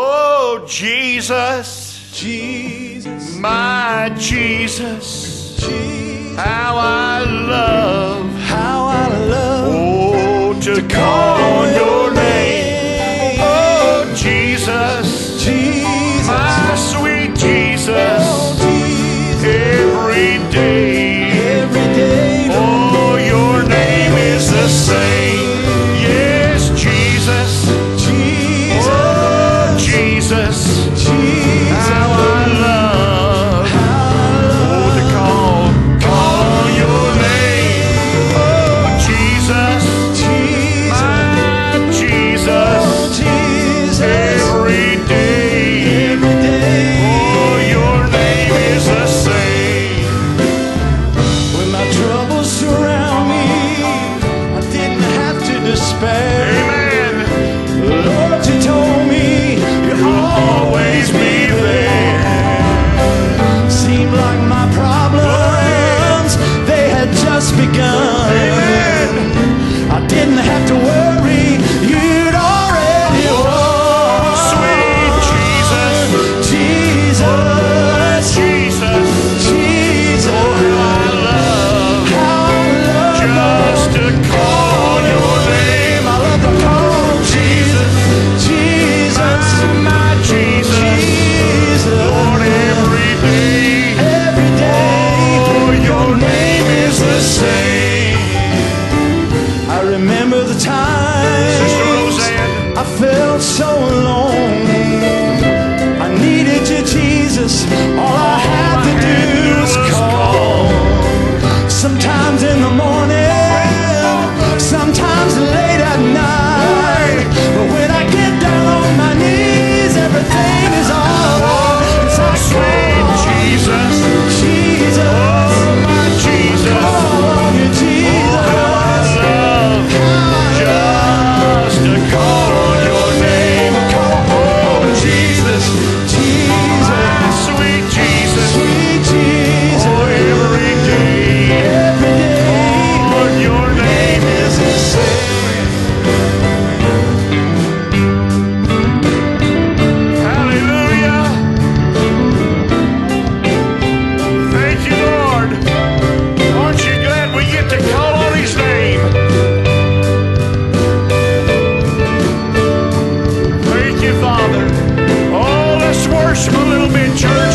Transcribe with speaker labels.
Speaker 1: Oh, Jesus,
Speaker 2: Jesus,
Speaker 1: my Jesus,
Speaker 2: Jesus,
Speaker 1: how I love,
Speaker 2: how I love
Speaker 1: oh, to call on your name. Oh, Jesus,
Speaker 2: Jesus,
Speaker 1: my sweet Jesus,
Speaker 2: Jesus,
Speaker 1: every day.
Speaker 2: every day.
Speaker 1: Oh, your name is the same. Yes, Jesus, oh,
Speaker 2: Jesus,
Speaker 1: Jesus,
Speaker 2: Jesus,
Speaker 1: how I love. Oh, to call, call your name. Oh, Jesus,
Speaker 2: Jesus,
Speaker 1: my Jesus,
Speaker 2: Jesus,
Speaker 1: every day.
Speaker 2: every day.
Speaker 1: Oh, your name is the same.
Speaker 2: When my troubles surround me, I didn't have to despair.
Speaker 1: Amen.
Speaker 2: Lord, you told me you
Speaker 1: Always be there.
Speaker 2: seemed like my problems they had just begun. I didn't have to worry, you'd already
Speaker 1: Sweet
Speaker 2: won.
Speaker 1: Jesus,
Speaker 2: Jesus,
Speaker 1: Jesus,
Speaker 2: Jesus,
Speaker 1: I love
Speaker 2: how I love
Speaker 1: just to call your
Speaker 2: Him.
Speaker 1: name.
Speaker 2: I love the call,
Speaker 1: Jesus,
Speaker 2: Jesus,
Speaker 1: my Jesus, Lord,
Speaker 2: Jesus,
Speaker 1: every day.
Speaker 2: every day.
Speaker 1: Oh, your name is the same.
Speaker 2: I remember the times
Speaker 1: Sister Roseanne,
Speaker 2: I felt so alone. I needed you, Jesus. All I had to do was call. Sometimes in the morning, sometimes late at night. But when I get down on my knees, everything is alright. 'Cause I
Speaker 1: sweet Jesus,
Speaker 2: call Jesus.
Speaker 1: oh my Jesus,
Speaker 2: Call on you,
Speaker 1: I
Speaker 2: Jesus.
Speaker 1: love just to call your name. Oh Jesus,
Speaker 2: Jesus.
Speaker 1: my sweet Jesus,
Speaker 2: Sweet Jesus.
Speaker 1: oh every day.
Speaker 2: Every day
Speaker 1: Lord, your name
Speaker 2: is the same.
Speaker 1: Hallelujah. Thank you, Lord. Aren't you glad we get to call on His name? Thank you, Father. Oh, let's worship a little bit, church. Oh, Oh, Oh, Oh, Oh,
Speaker 2: Oh,
Speaker 1: Oh,